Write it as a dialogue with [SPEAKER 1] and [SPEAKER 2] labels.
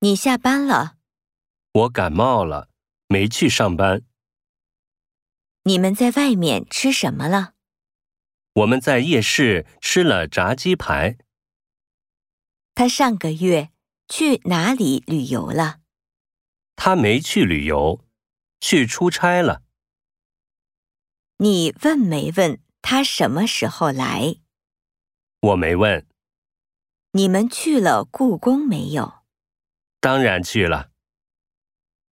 [SPEAKER 1] 你下班了，
[SPEAKER 2] 我感冒了，没去上班。
[SPEAKER 1] 你们在外面吃什么了？
[SPEAKER 2] 我们在夜市吃了炸鸡排，
[SPEAKER 1] 他上个月去哪里旅游了？
[SPEAKER 2] 他没去旅游，去出差了。
[SPEAKER 1] 你问没问他什么时候来？
[SPEAKER 2] 我没问，
[SPEAKER 1] 你们去了故宫没有？
[SPEAKER 2] 当然去了。